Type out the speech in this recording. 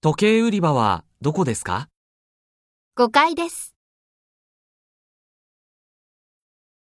時計売り場はどこですか5階です。